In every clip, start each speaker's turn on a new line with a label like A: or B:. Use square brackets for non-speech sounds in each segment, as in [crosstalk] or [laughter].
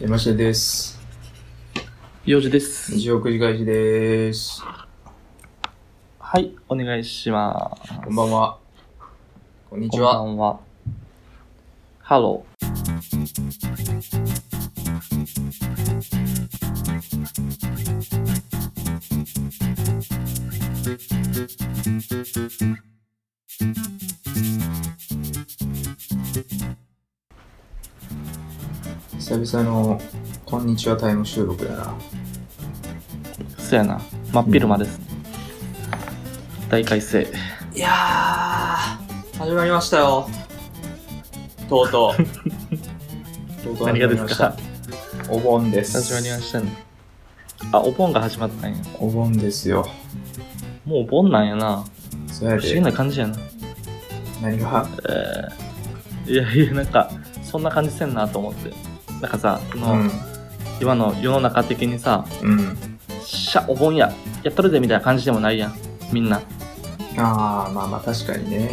A: 山下です。
B: 用事です。
A: 二億時返しです。
B: はい、お願いします。
A: こんばんは。こんに
B: こ
A: ち
B: んば
A: は。
B: んは。ハロ
A: 久々の、こんにちはタイム収録だな。
B: ー。そやな。真っ昼間です、ね大改正。
A: いやー、始まりましたよ。とうとう。とうとう
B: 何
A: 始ま
B: がで
A: り
B: す
A: まし
B: か
A: た。お盆です。
B: 始まりましたね。あ、お盆が始まったんや。
A: お盆ですよ。
B: もうお盆なんやな。
A: そうや
B: 不思議
A: で、
B: な感じやな。
A: 何が、
B: えー、いやいや、なんか、そんな感じせんなと思って。なんかさ、そうの、
A: ん、
B: 今の世の中的にさ、
A: うん。
B: しゃ、お盆や、やっとるぜみたいな感じでもないやん。みんな。
A: あー、まあまあ確かにね。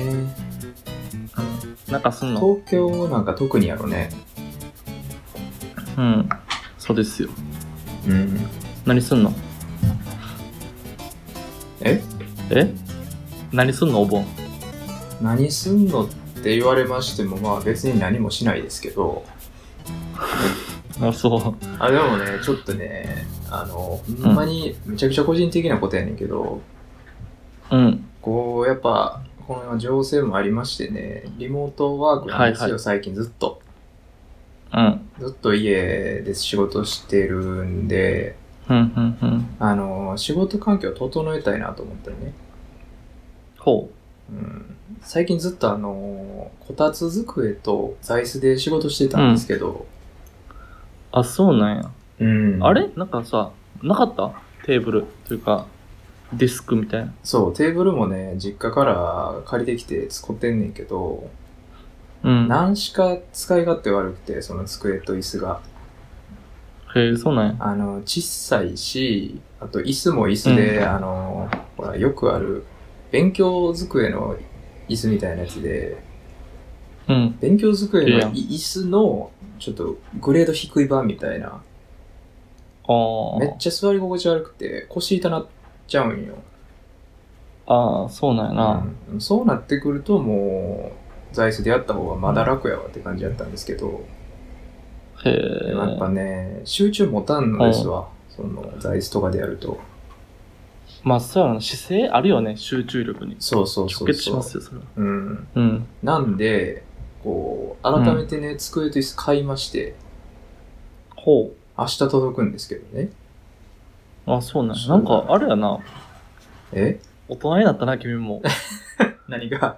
B: なんかすんの
A: 東京なんか特にやろね。
B: うん。そうですよ。
A: うん。
B: 何すんの
A: え
B: え何すんのお盆
A: 何すんのって言われましても、まあ別に何もしないですけど、
B: あそ
A: あ、でもね、ちょっとね、あの、ほんまにめちゃくちゃ個人的なことやねんけど、
B: ううん
A: こう、やっぱ、この情勢もありましてね、リモートワークなんですよ、
B: はいは
A: 最近ずっと。
B: うん
A: ずっと家で仕事してるんで、
B: ふんふんふん
A: あの、仕事環境を整えたいなと思ってね。
B: ほ
A: うん、最近ずっとあの、こたつ机と座椅子で仕事してたんですけど、
B: うあそうなんや、
A: うん
B: あれなんかさなかったテーブルというかディスクみたいな
A: そう、テーブルもね、実家から借りてきて使ってんねんけど、
B: うん
A: 何しか使い勝手悪くて、その机と椅子が。
B: へえそうなんや
A: あの、小さいし、あと椅子も椅子で、
B: うん
A: あの、ほら、よくある、勉強机の椅子みたいなやつで、
B: うん
A: 勉強机
B: いい
A: の
B: やん
A: 椅子の、ちょっとグレード低い版みたいな、
B: あ
A: め
B: ー
A: っちゃ座り心地悪くて、腰痛なっちゃうんよ。
B: あーそうなんやな、
A: うんそうなってくると、もう、座椅子でやった方がまだ楽やわって感じだったんですけど、
B: へ
A: で
B: え
A: もやっぱね、集中持たんのですわ。その、座椅子とかでやると。
B: まあそうやな姿勢あるよね集中力に
A: そうそうそ
B: 直
A: う
B: 結し
A: そ
B: ま
A: う。
B: すよそれは
A: うん。
B: うん
A: なんで、こう、改めてね、机と椅子買いまして、
B: ほ
A: 明日届くんですけどね。
B: うあそうなんや
A: そ
B: な
A: うん
B: かあれやな
A: え
B: 大人になったな君
A: [laughs]
B: も
A: 何 [laughs] が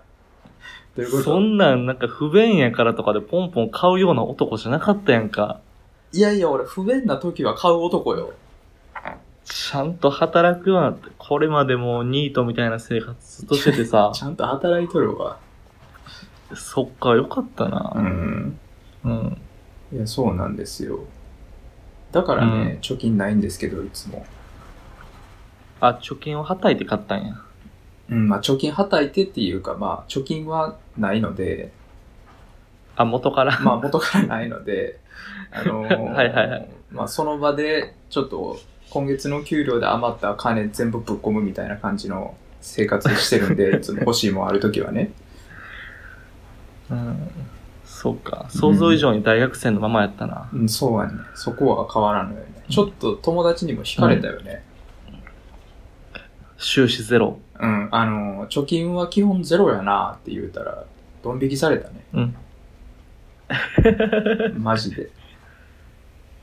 A: どういうこと
B: そんなんなんか不便やからとかでポンポン買うような男じゃなかったやんか
A: いやいや、俺、不便な時は買う男よ。
B: ちゃんと働くようになって、これまでもうニートみたいな生活ずっとしててさ [laughs]
A: ち、ゃんと働いとるわ。
B: そっか、よかった
A: う
B: な。
A: ん。
B: うん。
A: いや、そうなんですよ。だからね、
B: う
A: 貯金ないんですけど、いつも。
B: あ、貯金をはたいて買ったんや。
A: うん、まあ、貯金はたいてっていうか、まあ、貯金はないので、
B: あ、元 [laughs] から。
A: まあ元からないので、あのー
B: [laughs] はいはいはい
A: まあその場でちょっと今月の給料で余った金全部ぶっ込むみたいな感じの生活してるん
B: [laughs]
A: で、いつも欲しいもんあるときはね。
B: うん。そうか。想像以上に大学生のままやったな。
A: うん、そうはね。そこは変わらんのよね。ちょっと友達にも惹かれたよね。
B: 収支ゼロ。
A: うん、あのー貯金は基本ゼロやなって言うたら、ドン引きされたね。
B: うん。
A: [laughs] マジで。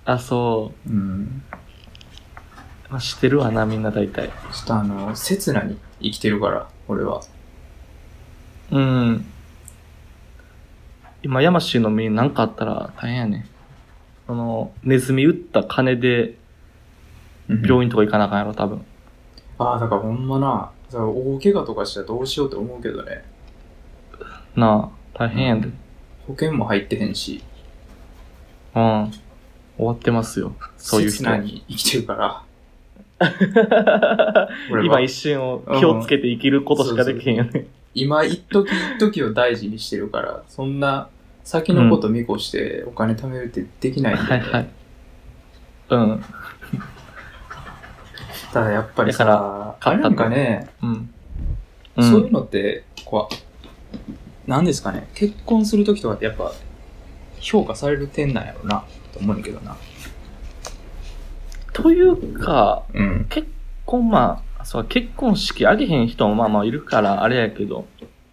B: あ、そ
A: うん。
B: う。まあ、してるわな、みんな大体。
A: ちょっとあのー刹那に生きてるから、俺は。
B: うん。今、ヤマシーの身に何かあったら大変やね。その、ネズミ打った金で病院とか行かなあかんやろ、多分。
A: ああ、だからほんまな、だから大怪我とかしたらどうしようって思うけどね。
B: なあ、大変やで。
A: 保険も入ってへんし、
B: うん。終わってますよ。そういう人。
A: 刹那
B: [laughs]
A: に生きてるから。俺は
B: 今一瞬を気をつけて生きることしかできへんよね。
A: 今、一時一時を大事にしてるから、そんな先のこと見越してお金貯めるってできないんで、
B: [laughs] は
A: ね
B: いはい。うん。
A: ただやっぱり
B: だ
A: さ、
B: ら
A: あれなんかね、
B: うん。
A: そういうのって、こう、なんですかね、結婚するときとかってやっぱ、評価される点なんやろうな、と思うねんだけどな。
B: というか、
A: うん。
B: 結婚、まあ、そう、結婚式あげへん人もまあまあいるから、あれやけど、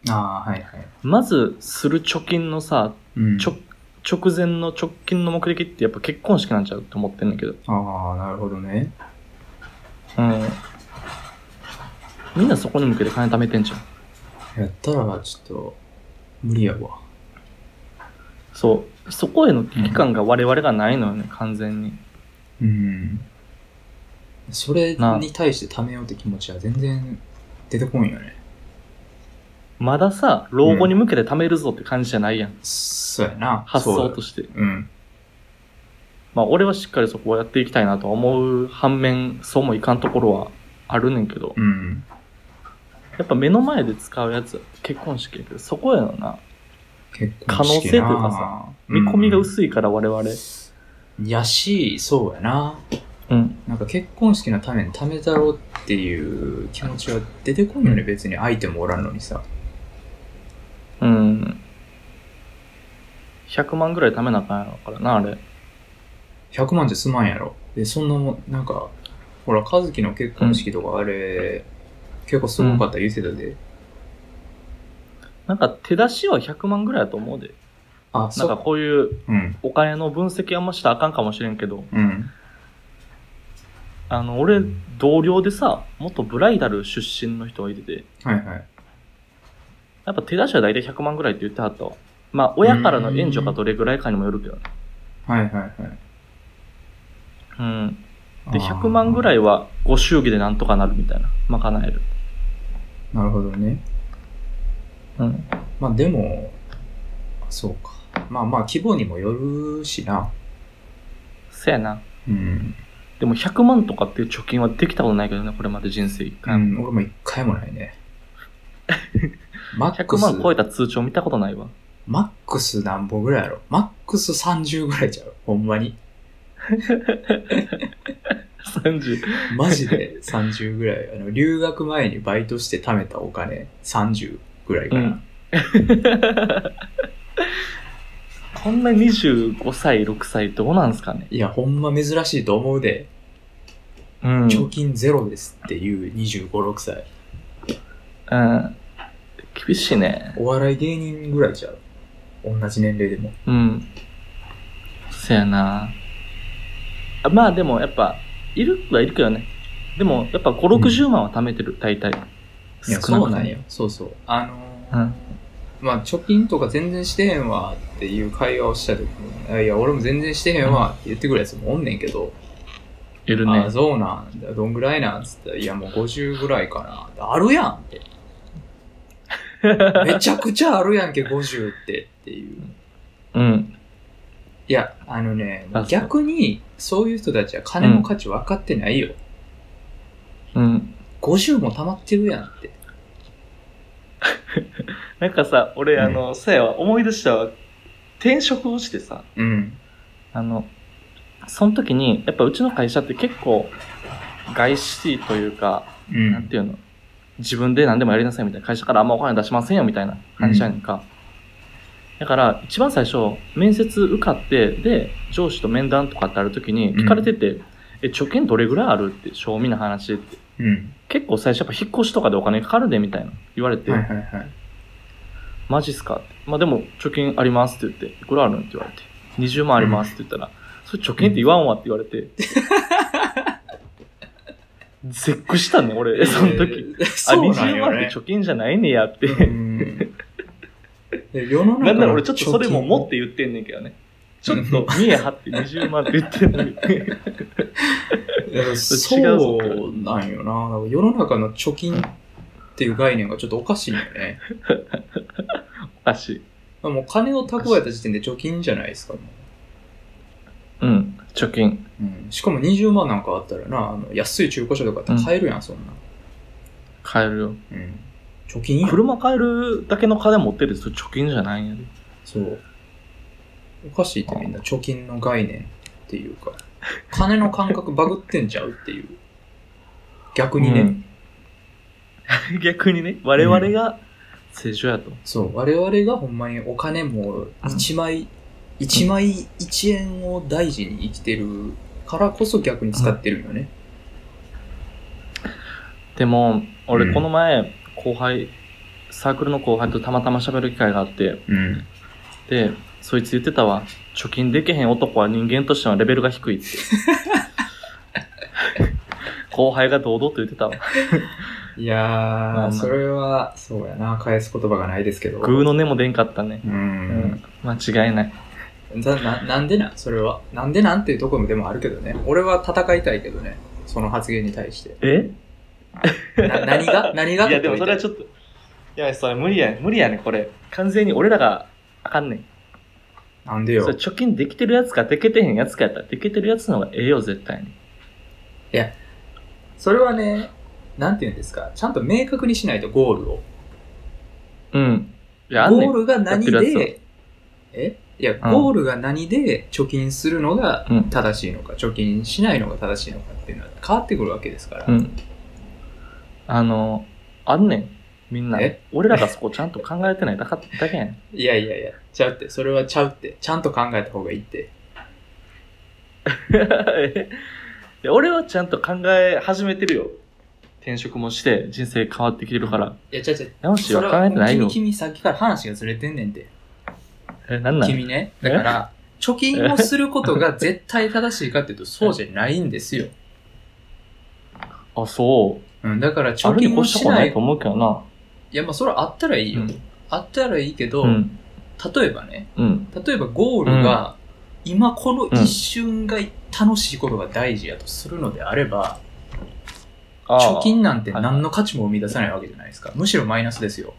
A: ああ、はいはい。
B: まずする貯金のさ、
A: うん
B: ちょ直前の直近の目的ってやっぱ結婚式なんちゃうと思ってんだけど。
A: ああ、なるほどね。
B: うん。みんなそこに向けて金貯めてんじゃん。
A: やったら、ちょっと、無理やわ。
B: そう。そこへの危機感が我々がないのよね、完全に。
A: うん。それ
B: な
A: に対して貯めようって気持ちは全然出てこんよね。
B: まださ、老後に向けて貯めるぞって感じじゃないやん。
A: そうやな。
B: 発想
A: そう
B: として。
A: だうん。
B: まあ、俺はしっかりそこをやっていきたいなとは思う反面、そうもいかんところはあるねんけど、
A: うん。
B: やっぱ目の前で使うやつ、結婚式やけど、そこやのな、
A: 結
B: 可能性というか
A: さ
B: 見込みが薄いから我々。
A: い。やし、そうやな。
B: うん。
A: なんか結婚式のために貯めたろうっていう気持ちは出てこんよね、別に相手もおらんのにさ。
B: うん。100万ぐらい貯めなあかんやろからな、あれ。
A: 100万じゃ済まんやろ。で、そんなもん、なんか、ほら、和樹の結婚式とかあれ、結構すごかった言うてたで。
B: なんか手出しは100万ぐらいだと思うで。
A: あ、
B: なん
A: そ
B: か
A: う。
B: こういう
A: うん。
B: お金の分析はあんましたらあかんかもしれんけど、
A: うん。
B: あの、俺、同僚でさ、元ブライダル出身の人がいてて、
A: はいはい。
B: やっぱ手出しは大体100万ぐらいって言ってはったわ。まあ、親からの援助がどれぐらいかにもよるけどね。
A: はいはいはい。
B: うん。で、100万ぐら
A: い。
B: いはご祝儀でなんとかなるみたいな。賄える。
A: なるほどね。
B: うん。
A: まあでも、そうか。まあまあ、規模にもよるしな。
B: せやな。
A: うん。
B: でも100万とかっていう貯金はできたことないけどね、これまで人生一
A: う
B: 回も。
A: ん、俺も一回もない
B: [laughs]
A: ね。マック
B: 100
A: ス、
B: 万超えた通帳見たことないわ。
A: マックス何本ぐらいやろマックス30ぐらいちゃうほんまに。
B: 30。
A: マジで30ぐらい。あの、留学前にバイトして貯めたお金30ぐらいかな。
B: うんこんな25歳、6歳どうなんすかね。
A: いや、ほんま珍しいと思うで、
B: うん。
A: 貯金ゼロですっていう25、6歳。
B: うん。厳しいね。
A: お笑い芸人ぐらいちゃう同じ年齢でも。
B: うん。そやな。あまあでもやっぱ、いるはいるけどね。でもやっぱ5、60万は貯めてる、大体。
A: いや、そ
B: 少な
A: う
B: くと
A: な
B: も
A: んよ。。そうそう。あのー
B: うん。
A: まあ、貯金とか全然してへんわっていう会話をした時も、いやいや、俺も全然してへんわって言ってくるやつもおんねんけど、
B: いる
A: あ
B: ね
A: あ、。そうなんだ、どんぐらいなんつったら、いや、もう50ぐらいかな。あるやん [laughs] って。めちゃくちゃあるやんけ、50ってっていう。
B: うん。
A: いや、あのね
B: あそう、
A: 逆に、そういう人たちは金の価値分かってないよ。
B: うん。
A: 50も溜まってるやんって。
B: なんかさ、俺
A: うん
B: あの、そやわ、思い出したわ。転職をしてさ、
A: うん。
B: あの、その時に、やっぱうちの会社って結構、外資というか、
A: う
B: なん
A: ん。
B: ていうの自分で何でもやりなさいみたいな会社からあんまお金出しませんよみたいな感じやねんか、だから一番最初面接受かってで上司と面談とかってある時に聞かれてて、え貯金どれぐらいあるって正味な話って
A: うん。
B: 結構最初やっぱ引っ越しとかでお金かかるでみたいな言われて、
A: はいはいはい。
B: マジっすかってまあでも貯金ありますって言っていくらあるんって言われて20万ありますって言ったら、それ貯金って言わんわって言われ
A: [laughs]
B: て絶句したね俺その時、
A: えー
B: あ、
A: そうなん
B: 20
A: よ
B: 万
A: ね
B: って。貯金じゃないねやって。
A: うんで世の中の
B: なんなら俺ちょっとそれも持っ
A: 貯
B: て言ってんねんけどね。ちょっと見え張って20万って言ってんのに。
A: [laughs] 金いやそうなんよななんか世の中の貯金っていう概念がちょっとおかしいんだよね
B: おかしい。
A: もう金を蓄えた時点で貯金じゃないですかも
B: うん。貯金。
A: う、うん、しかも20万なんかあったらなあの安い中古車とかって買えるやん、そんな、
B: 買えるよ。
A: うん、貯金やん
B: 車買えるだけの金持ってるそれ貯金じゃないんやで。 [laughs]
A: そうおかしいってみんな貯金の概念っていうか金の感覚バグってんちゃうっていう。逆にね、
B: うん [laughs] 逆にね、我々が正常やと。
A: そう、我々がほんまにお金も一枚、一、枚一円を大事に生きてるからこそ逆に使ってるよね。
B: でも、
A: う
B: 俺
A: ん
B: この前、後輩、サークルの後輩とたまたま喋る機会があって、
A: うん。
B: で、そいつ言ってたわ。貯金できへん男は人間としてのレベルが低いって。 [laughs] 後輩が堂々と言ってたわ。
A: い
B: ま
A: や
B: あ
A: ー、それは、そうやな、返す言葉がないですけど。
B: グーの根も出んかったね。
A: う
B: うんん。。間違いない。
A: だななんでなんそれは。なんでなんっていうところもでもあるけどね。俺は戦いたいけどね。その発言に対して。
B: え
A: な何 [laughs] が何が
B: いや、でもそれはち
A: ょっ
B: ょっと。いや、それ無理やね無理やねこれ。完全に俺らがあかんねん。
A: と。なんでよ
B: それ。貯金できてるやつかできてへんやつかやったらできてるやつの方がええよ絶対に
A: それはね、なんて言うんですか。ちゃんと明確にしないとゴールを。
B: うんいやあんね
A: ゴー
B: ん
A: ルが何
B: やってるや
A: で、えいや、ゴールが何で貯金するのが
B: うん
A: 正しいのか、貯金しないのが正しいのかっていうのは変わってくるわけですから。
B: うんあのあんねんみんな
A: え
B: 俺らがそこちゃんと考えてないだかだけやねん
A: いやいやいや、ちゃうって、それはちゃうって、ちゃんと考えた方がいいって。
B: [laughs] えで俺はちゃんと考え始めてるよ転職もして人生変わってきてるから
A: いや、ちゃうちゃう。
B: 直しは考えてないよ
A: 君、君さっきから話がずれてんねんて。
B: えなんなん
A: 君ね。だから、貯金をすることが絶対正しいかっていうと、そうじゃないんですよ。
B: あそう
A: うん、だから
B: あ
A: 貯
B: るに
A: 金
B: 越
A: を
B: した
A: し
B: こと
A: な
B: ない
A: い
B: と。思うけどない
A: や、まあ、それはあったらいいよ。
B: うん
A: あったらいいけど、
B: うん
A: 例えばね、
B: うん
A: 例えばゴールが、今この一瞬が楽しいことが大事やとするのであれば、
B: あー
A: 貯金なんて何の価値も生み出さないわけじゃないですか。むしろマイナスですよ。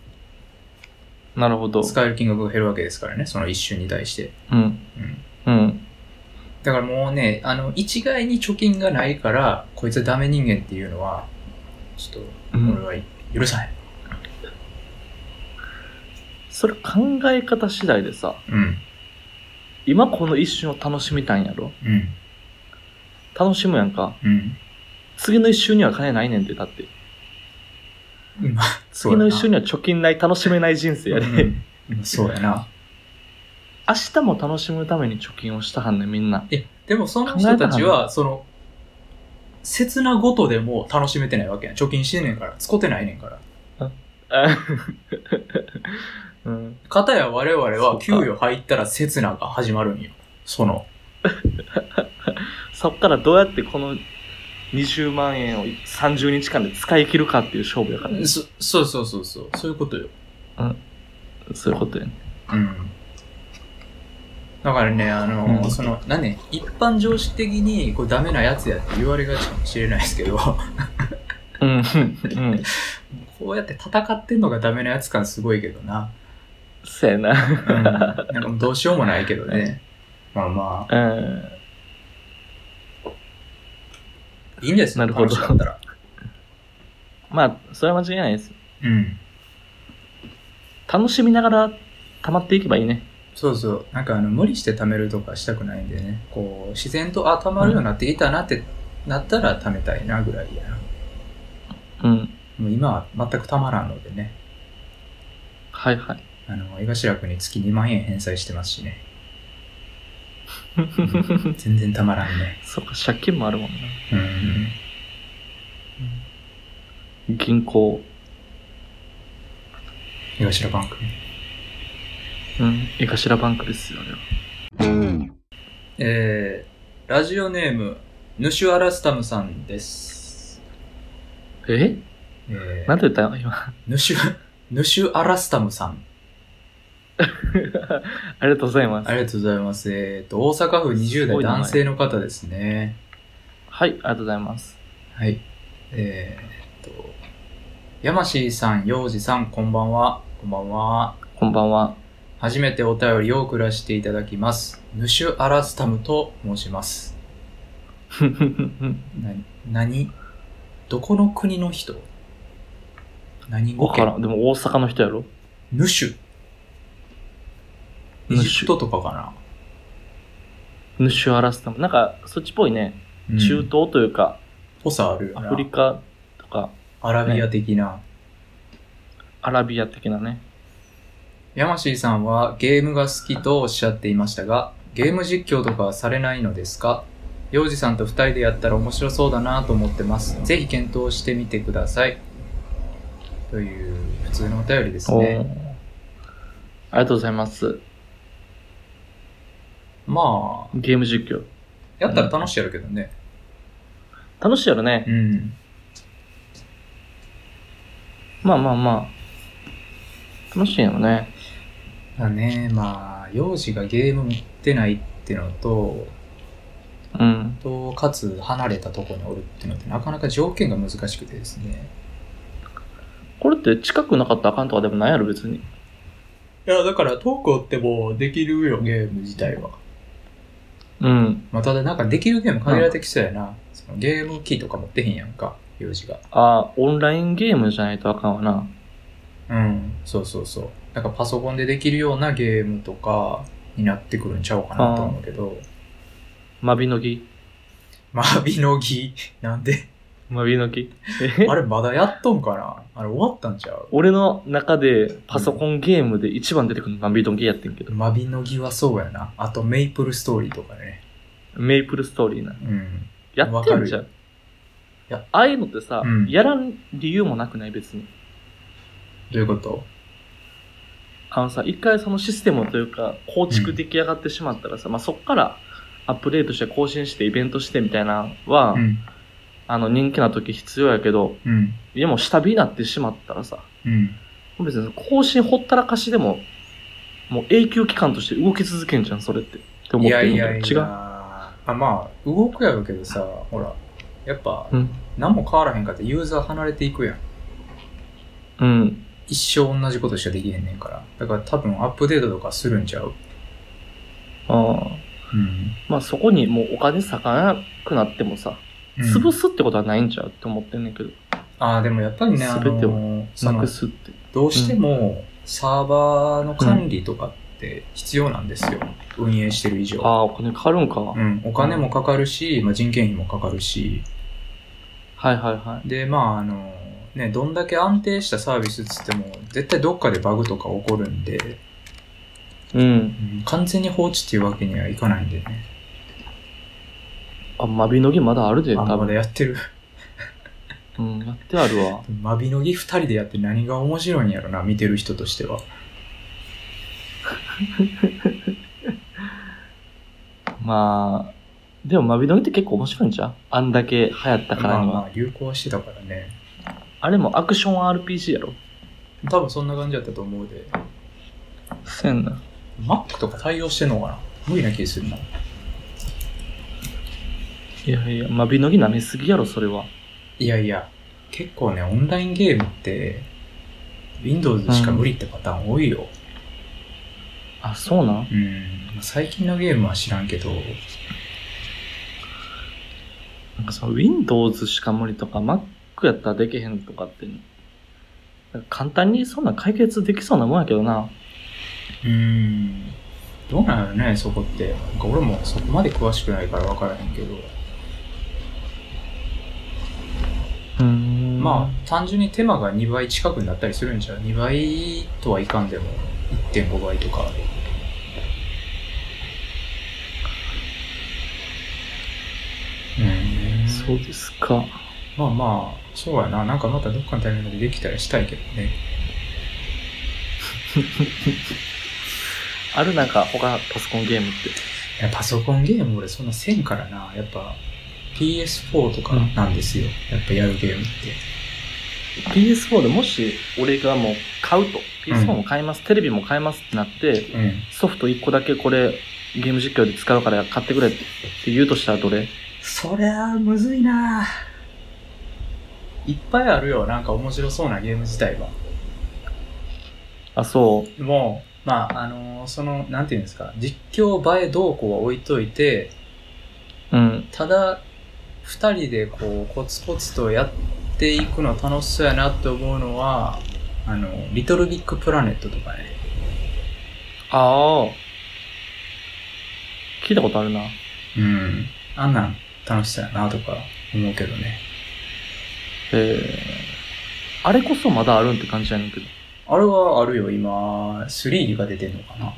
B: なるほど
A: 使える金額が減るわけですからね、その一瞬に対して。
B: うん
A: うん
B: うん
A: だからもうね、あの、一概に貯金がないから、こいつはダメ人間っていうのは、ちょっ
B: う
A: と、
B: ん
A: 俺は許さない。
B: それ考え方次第でさ
A: うん。
B: 今この一瞬を楽しみたいんやろ
A: うん。
B: 楽しむやんか
A: うん。
B: 次の一瞬には金ないねんてだって
A: まあ、そう
B: 次
A: や
B: の
A: な。
B: 一瞬には貯金ない楽しめない人生やで、
A: うんそうやな。
B: 明日も楽しむために貯金をしたはんねんみんな
A: え、でもその人たちは、その、刹那ごとでも楽しめてないわけやん。貯金してんねんから、使ってないねんから。
B: あ [laughs] うん、
A: かたや我々
B: そ
A: は
B: うか
A: 給与入ったら刹那が始まるんよ。その。
B: そっからどうやってこの20万円を30日間で使い切るかっていう勝負やから、ね、
A: そ、そうそうそうそう。そういうことよ。
B: そういうことやね
A: うん。だからね、あの、
B: うん
A: その、何ね、一般常識的に、こう、ダメなやつやって言われがちかもしれないですけど、 [laughs]
B: うんうんうん
A: こうやって戦ってんのがダメなやつ感すごいけどな。
B: そうやな
A: うん。なんかもうどうしようもないけど [laughs] ね。まあまあ。
B: うん
A: いいんですよ
B: なるほど
A: 楽しかったら。
B: まあそれは間違いないです
A: うん。
B: 楽しみながら溜まっていけばいいね
A: そうそう。なんかあの、無理して貯めるとかしたくないんでね。こう、自然と、あ、貯まるようになってきたなって、なったら貯めたいなぐらいやな。
B: うん
A: もう今は全く貯まらんのでね。
B: はいはい [laughs]
A: あの、江頭君に月2万円返済してますしね。うん全然貯まらんね。
B: そっか、借金もあるもんな。
A: うん。
B: 銀行。
A: 江頭バンクね。
B: うん。江頭バンクですよ、ね。
A: えー、ラジオネーム、ヌシュアラスタムさんです。
B: え
A: え
B: なんて言ったの今。 [laughs] あ
A: ヌシュ、ヌシュアラスタムさん。
B: りがとうございます。
A: ありがとうございます。えっ、と、大阪府20
B: す
A: 代
B: ごい名前
A: 男性の方ですね。
B: はい、ありがとうございます。
A: はい。えーっと、山氏さん、洋二さん、こんばんは。こんばんは。
B: こんばんは。 [laughs]
A: 初めてお便りを送らせていただきます。ヌシュ・アラスタムと申します。な、何どこの国の人何語
B: わから
A: 圏
B: ん。でも大阪の人やろ
A: ヌシュ。エ
B: ヌシ
A: ジ
B: ュ
A: プトとかかな
B: 主アラスタも、なんか、そっちっぽいね、
A: うん
B: 中東というか、
A: ぽさあるよ
B: ア
A: な。
B: フリカとか、
A: アラビア的な。
B: アラビア的なね。
A: ヤマシーさんはゲームが好きとおっしゃっていましたが、ゲーム実況とかはされないのですか洋二さんと二人でやったら面白そうだなと思ってます。ぜひ検討してみてください。という、普通のお便りです
B: お
A: ね。
B: ーありがとうございます。
A: まあ、
B: ゲーム実況。
A: やったら楽しいやるけどね。
B: 楽しいやろね。
A: うん。
B: まあまあまあ。楽しいやろね。
A: だね、まあ、幼児がゲーム持ってないってのと、
B: うん。
A: と、かつ離れたとこにおるってのってなかなか条件が難しくてですね。
B: これって近くなかったらあかんとかでもないやろ、別に。
A: いや、だから遠くおってもできるよ、ゲーム自体は。
B: うん。
A: まあ、ただなんかできるゲーム限られてきそうやな。そのゲーム機とか持ってへんやんか、幼児が。
B: ああ、オンラインゲームじゃないとあかんわな。
A: うん、そうそうそう。なんかパソコンでできるようなゲームとかになってくるんちゃうかなと思うけど。
B: マビの木。
A: まあ、ビノギ、 [laughs] なんで、
B: マビの木。え
A: あれまだやっとんかなあれ終わったんちゃう
B: [laughs] 俺の中でパソコンゲームで一番出てくるのがマビの木やってんけど。
A: マビノギはそうやな。あと、メイプルストーリーとかね。
B: メイプルストーリーな。
A: うん。
B: やってんじゃん。
A: るや
B: ああいうのってさ、
A: うん
B: やらん理由もなくない別に。
A: どういうこと
B: あのさ、一回そのシステムというか、構築出来上がってしまったらさ、まあそっからアップデートして更新してイベントしてみたいなのは、
A: うん。
B: あの人気な時必要やけど、
A: うん。
B: でも下火になってしまったらさ、
A: うん。
B: 別に更新ほったらかしでも、もう永久期間として動き続けんじゃん、それって。って思
A: い
B: って
A: や
B: る
A: い
B: んだ
A: や
B: け
A: い
B: ど。
A: や。
B: 違う。
A: あまあ、動くやろうけどさ、ほら、やっぱ、
B: うん。
A: 何も変わらへんかってユーザー離れていくやん。
B: うん。
A: 一生同じことしかできへんねんから。だから多分アップデートとかするんちゃう
B: ああ
A: うん。
B: まあそこにもうお金割かなくなってもさ、潰すってことはないんちゃうって思ってんねんけど、
A: ああ、でもやっぱりね、あ
B: 全てを
A: の、そ
B: な
A: の
B: く、すって。
A: どうしても、サーバーの管理とかって必要なんですよ。運営してる以上。
B: ああ、お金かかるんか。
A: う
B: はい
A: ん、お金もかかるし、まあ、人件費もかかるし、
B: はいはい。
A: で、まあ、あの、ね、どんだけ安定したサービスっつっても、絶対どっかでバグとか起こるんで、
B: うん。
A: うん完全に放置っていうわけにはいかないんでね。
B: あ、マビの木まだあるで、
A: あ、
B: 多
A: まだ
B: 分。
A: やってる。
B: うん、やってあるわ。
A: マビノギ二人でやって何が面白いんやろな、見てる人としては。
B: まあ、でもマビの木って結構面白いんちゃうあんだけ流行ったから
A: まあ
B: には。
A: まあ、流行はしてたからね。
B: あれもアクション RPG やろ。
A: 多分そんな感じだったと思うで。
B: せんな。
A: Mac とか対応してんのかな無理な気するな。
B: いやいや、マビの木舐めすぎやろ、それは。
A: いやいや、結構ね、オンラインゲームって、Windows しか無理ってパターン多いよ。
B: あ、そうなん
A: うん、まあ最近のゲームは知らんけど、
B: なんかその Windows しか無理とか Mac やったらできへんとかって、なんか簡単にそんなん解決できそうなもんやけどな。
A: うん、どうなんやろね、そこって。なんか俺もそこまで詳しくないから分からへんけど。
B: うーん
A: まあ、単純に手間が2倍近くになったりするんじゃう ?2 倍とはいかんでも、1.5倍とか。うん。
B: そうですか。
A: まあまあ、そうやな。なんかまたどっかのタイミングでできたりしたいけどね。
B: あるなんか他パソコンゲームって。
A: いや、パソコンゲーム俺そんなせんからな。やっぱ PS4 とかなんですよ。やっぱやるゲームって。
B: PS4 でもし俺がもう買うと、PS4
A: うん
B: も買います、テレビも買いますってなって、
A: うん。
B: ソフト1個だけこれゲーム実況で使うから買ってくれって言うとしたらどれ
A: そりゃあむずいな。いっぱいあるよ。なんか面白そうなゲーム自体は。
B: あ、そう。
A: もう、まあ、あのその、なんていうんですか、実況映え動向は置いといて、
B: うん。
A: ただ、二人でこう、コツコツとやっていくの楽しそうやなって思うのは、あの、リトルビッグプラネットとかね。
B: ああ。聞いたことあるな。
A: うん。あんなん楽しそうやなとか思うけどね。
B: えーあれこそまだあるんって感じやねんけど。
A: あれはあるよ、今、3が出てんのかな。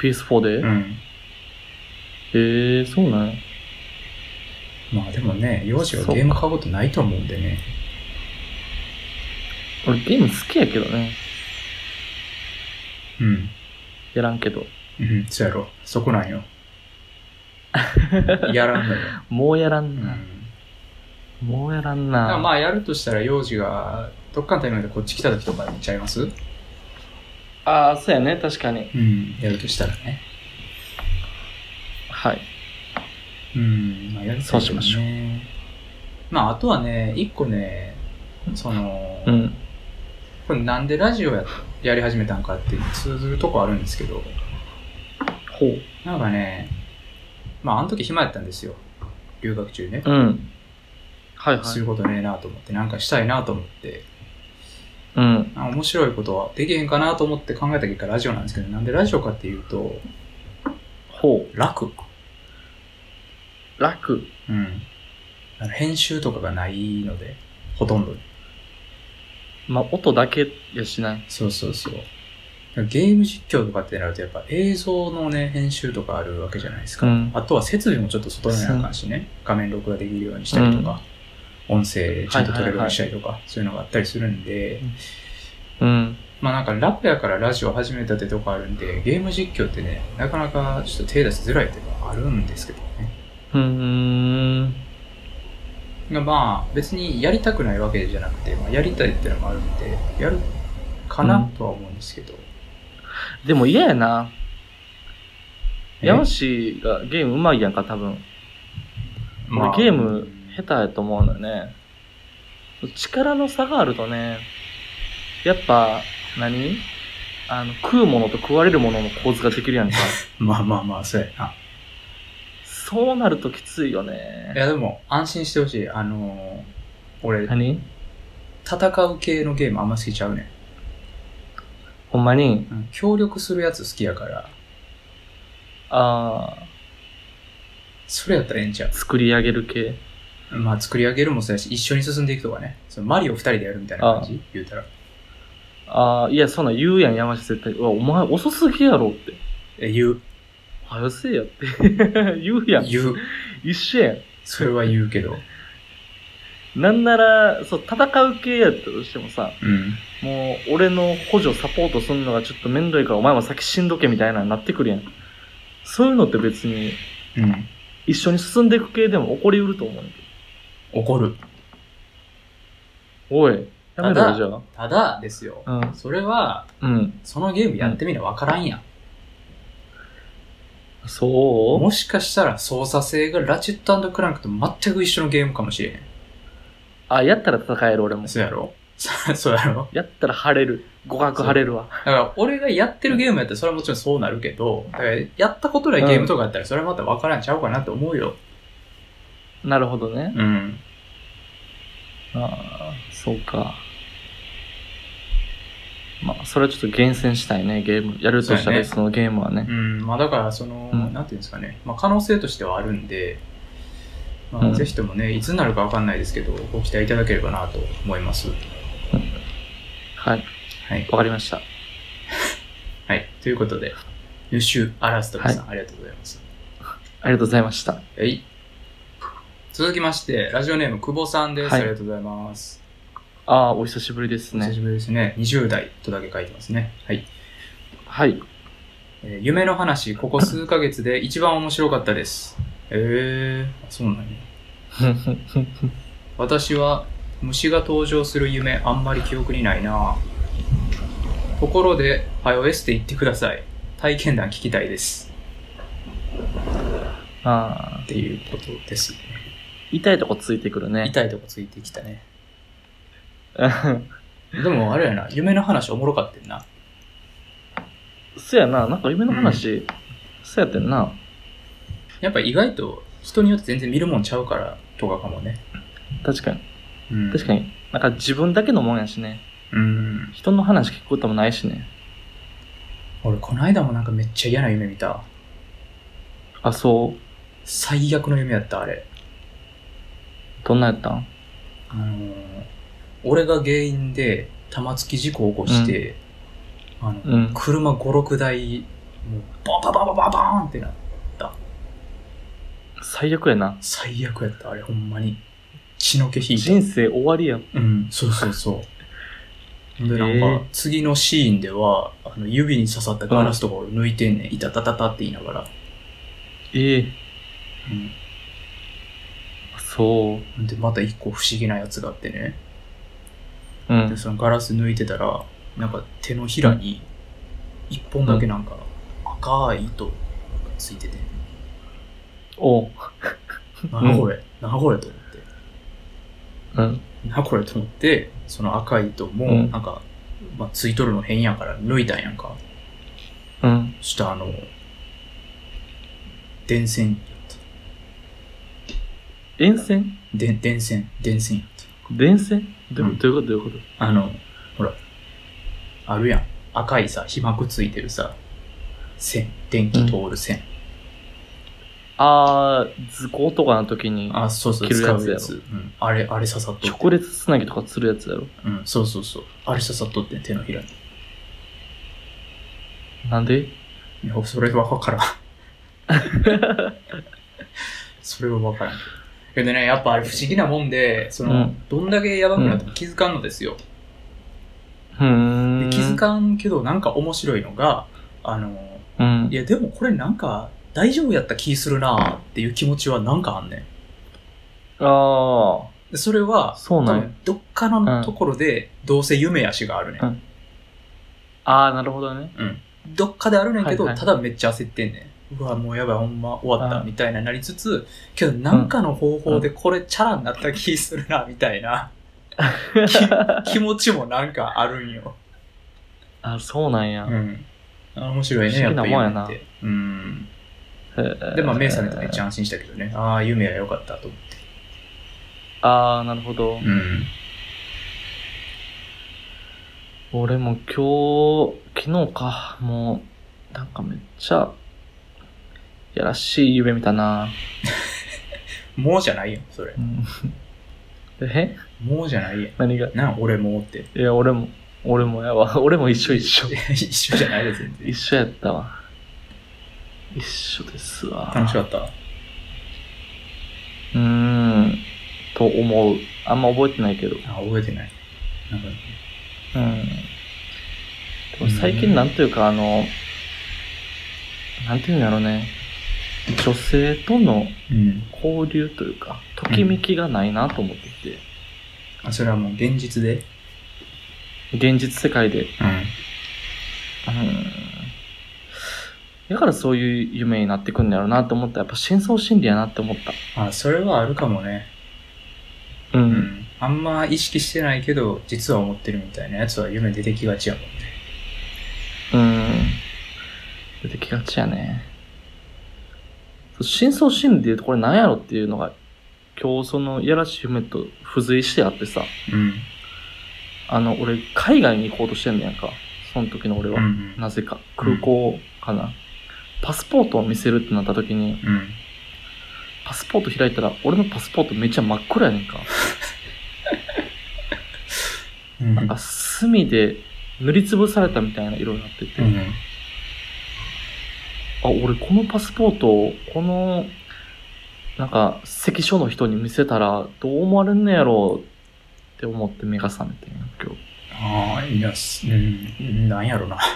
B: PS4 で、
A: う
B: え
A: ん。
B: ー、そうなんや。
A: まあでもね、幼児は
B: そう
A: ゲーム買うことないと思うんでね。
B: 俺ゲーム好きやけどね。
A: うん。
B: やらんけど。
A: うん、そうやろ。そこ [laughs] なんよ。やらんのよ。
B: もうやら
A: うん
B: な。
A: ん。
B: もうやらん
A: だから
B: な。
A: まあやるとしたら、幼児が、どっかのタイミングでこっち来た時とかにちゃいます
B: ああー、そうやね。確かに。
A: うん。やるとしたらね。
B: はい。
A: うん、まあ、やる
B: そうしましょ
A: う。まあ、あとはね、一個ね、その、
B: うん。
A: これなんでラジオややり始めたんかって通ずるとこあるんですけど、
B: ほう。
A: なんかね、まあ、あの時暇やったんですよ。留学中ね。
B: うん。はいはい
A: す。ることねえなと思って、なんかしたいなと思って、
B: うん。
A: あ面白いことはできへんかなと思って考えた結果ラジオなんですけど、なんでラジオかっていうと、
B: ほ
A: 楽。
B: う。楽。
A: うん。あの編集とかがないので、ほとんど
B: まあ、音だけやしない。
A: そうそうそう。ゲーム実況とかってなると、やっぱ映像のね、編集とかあるわけじゃないですか。
B: うん
A: あとは設備もちょっと整えなあかんしね、画面録画できるようにしたりとか、音声ちゃんと取れるようにしたりとか、そういうのがあったりするんで、
B: うん。
A: まあなんか楽やからラジオ始めたってとこあるんで、ゲーム実況ってね、なかなかちょっと手出しづらいっていうのはあるんですけどね。
B: うーん。
A: まあ別にやりたくないわけじゃなくて、まあ、やりたいってのもあるんで、やるかなとは思うんですけど。
B: でも嫌やな。
A: え
B: 山氏がゲームうまいやんか、多分。俺ゲーム下手やと思うのよね。力の差があるとね、やっぱ、何あの、食うものと食われるものの構図ができるやん [laughs] か。
A: まあまあまあ、そうやな。
B: そうなるときついよ
A: い
B: ね。
A: やでも、安心してほしい。あのー俺、
B: 何
A: 戦う系のゲームあんま好きちゃうねん。
B: ほんまに、
A: うん協力するやつ好きやから、
B: あ
A: それやったらええんちゃ
B: ー作り上げる系。
A: う。まあ、作り上げるもそうやし、一緒に進んでいくとかね。そのマリオ二人でやるみたいな感じ言うたら。
B: ああ、いや、そんなん言うやん、山下絶対。うわ、お前遅すぎやろって。
A: え、言う。
B: 早せえやって。 [laughs] 言うやん。
A: 言う。
B: 一緒やん。
A: それは言うけど。
B: なんなら、そう、戦う系やったとしてもさ、
A: うん。
B: もう、俺の補助、サポートするのがちょっとめんどいから、お前も先死んどけみたいなのになってくるやん。そういうのって別に、
A: うん。
B: 一緒に進んでいく系でも起こりうると思うんだけ
A: 怒る。
B: ど。おい、やめ
A: た
B: ろ
A: だ
B: よ、じ
A: ただですよ。
B: ゃあ。
A: それは、
B: うん。うん。
A: そのゲームやってみなわからんやん。
B: そ
A: もしかしたら操作性がラチェットクランクと全く一緒のゲームかもしれへ
B: うあ、やったら戦える、俺も
A: ん。。そうやろ [laughs] そうやろ
B: やったら晴れる。互角晴れるわ。
A: だから、俺がやってるゲームやったら、それはもちろんそうなるけど、だから、やったことないゲームとかやったら、それはまた分からんちゃうかなって思うよ。
B: なるほどね。
A: うん。
B: ああ、そうか。まあ、それはちょっと厳選したいね、ゲーム。やるとし
A: そ
B: た
A: うやね
B: ら、そのゲームはね
A: う。ん。まあ、だから、その、
B: うん
A: なんていうんですかね。まあ、可能性としてはあるんで、まあ
B: うん
A: ぜひともね、いつになるか分かんないですけど、ご期待いただければなと思います。
B: はい、
A: はい。
B: わかりました。
A: はい。ということで、優秀アラストルさん、ありがとうございます。
B: ありがとうございました。
A: はい。続きまして、ラジオネーム、久保さんです。
B: はい
A: ありがとうございます。
B: ああ、お久しぶりです
A: お久
B: ね
A: し。ぶりですね。20代とだけ書いてますね。はい。
B: はい。 [laughs]
A: えー夢の話、ここ数ヶ月で一番面白かったです。えー、そうなんや。私は虫が登場する夢、あんまり記憶にないなところで、はよエステ行ってください。体験談聞きたいです。
B: ああ、
A: っていうことですね。
B: 痛いとこついてくるね。
A: 痛いとこついてきたね。
B: うん
A: でもあれやな、夢の話おもろかってんな。
B: [laughs] そやな、なんか夢の話、そやってんな。
A: やっぱ意外と人によって全然見るもんちゃうからとかかもね。
B: 確かに。
A: うん、
B: 確かに。なんか自分だけのもんやしね。
A: うん。
B: 人の話聞くこともないしね。
A: 俺、この間もなんかめっちゃ嫌な夢見た。
B: あ、そ
A: 最悪の夢やった、あれ。
B: どんなやったん
A: あのー俺が原因で玉突き事故を起こして、あの、
B: うん。
A: 車5、6台、もう、バンバンバンバンバンバーンってな、
B: 最悪やな。
A: 最悪やった、あれ、ほんまに。血の気引いた。
B: 人生終わりやん。
A: うん、そうそう
B: [laughs]
A: そう。で、なん
B: へ
A: か
B: え、
A: 次のシーンでは、あの指に刺さったガラスとかを抜いてんねん。いたたたたって言いながら。
B: ええ
A: うん
B: そ
A: で、また一個不思議なやつがあってね。
B: う。う
A: で、
B: ん。
A: そのガラス抜いてたら、なんか手のひらに、一本だけなんか、赤い糸がついてて、
B: おう。
A: なあこれ、なあこれと思っ
B: うん。
A: て、なあこれと思って、その赤い糸も
B: う、ん
A: なんか、まあ、ついとるの変やから抜いたんやんか。
B: うん。
A: そしたらあの、電線やった。
B: 沿線
A: で電線、電線やった。
B: 電線どう
A: うん
B: どういうことどういうこと
A: あの、ほら、あるやん。赤いさ、被膜ついてるさ、線、電気通る線。
B: あー、図工とかの時に、
A: あ、そうそう、
B: 切る
A: 使
B: や
A: う
B: つや
A: や
B: ろ
A: つ。うん。あれ、あれ刺さっとって。
B: 直列つなぎとかするやつやろ。
A: うん、そうそうそう。あれ刺さっとってん、手のひらに。
B: なんで
A: いや、それはわ
B: [laughs]
A: からん。それはわからんけど。けどね、やっぱあれ不思議なもんで、その、
B: うん
A: どんだけやばくなっても気づかんのですよ。
B: うー
A: で
B: ん。
A: 気づかんけど、なんか面白いのが、あの、
B: うん
A: い。や、でもこれなんか、大丈夫やった気するなーっていう気持ちはなんかあんねん。
B: あ
A: でそれは
B: あ、、そう
A: 多
B: なんや
A: 分どっかのところで、どうせ夢やしがあるねん。
B: うんあー、なるほどね。
A: どっかであるねんけど、
B: はいはい
A: ただめっちゃ焦ってんねん。うわ、もうやばい、ほんま終わった、
B: うん
A: みたいななりつつ、けどなんかの方法でこれチャラになった気する
B: [laughs]
A: な、みたいな気持ちもなんかあるんよ。
B: あ、そうなんや。
A: うん。あ面白いね、
B: 不
A: や
B: 思
A: っ
B: 議
A: ぱ夢
B: なもんや
A: っ
B: な
A: て。うん。
B: へー
A: で、まあ目覚めてめっちゃ安心したけどね。ああ、夢は良かったと思って。
B: あー、なるほど。
A: うん。
B: 俺も今日、昨日か、もう、なんかめっちゃ、やらしい夢見たな。
A: もうじゃないよ、それ
B: う。ん [laughs] え
A: もうじゃないやん。
B: 何が
A: な、俺もうって。
B: いや、俺も、俺もやわ。 [laughs] 俺も一緒一緒。
A: [laughs] 一緒じゃないです、全然
B: 一。緒やったわ。一緒ですわ。
A: 楽しかった。
B: うーん。と思う。あんま覚えてないけど。
A: あ、覚えてない。なんか、
B: うん。でも最近なんというか、あの、なんていうんだろうね。女性との
A: うん。
B: 交流というか、ときめきがないなと思ってて、
A: あ、それはもう現実で
B: 現実世界で。
A: う
B: うん。だからそういう夢になってくんだろうなと思った。やっぱ深層心理やなって思っ
A: ん。あ、それはあるかもね。
B: た。う。
A: うんん。あんま意識してないけど、実は思ってるみたいなやつは夢出てきがちやもんね。
B: うん。出てきがちやね。そう深層心理で言うとこれ何やろっていうのが、今日そのいやらしい夢と付随してあってさ、
A: うん。
B: あの、俺海外に行こうとしてんねやんか。その時の俺は。
A: うん。
B: なぜか。空港かな。パスポートを見せるってなった時に、
A: うん。
B: パスポート開いたら、俺のパスポートめっちゃ真っ黒やねんか。
A: うん。
B: なんか墨で塗りつぶされたみたいな色になってて、
A: うん。
B: あ、俺このパスポートを、この、なんか、関所の人に見せたら、どう思われんのやろうって思って目が覚めてんよ今
A: ああ、いや、すうん。なんやろな。
B: 日。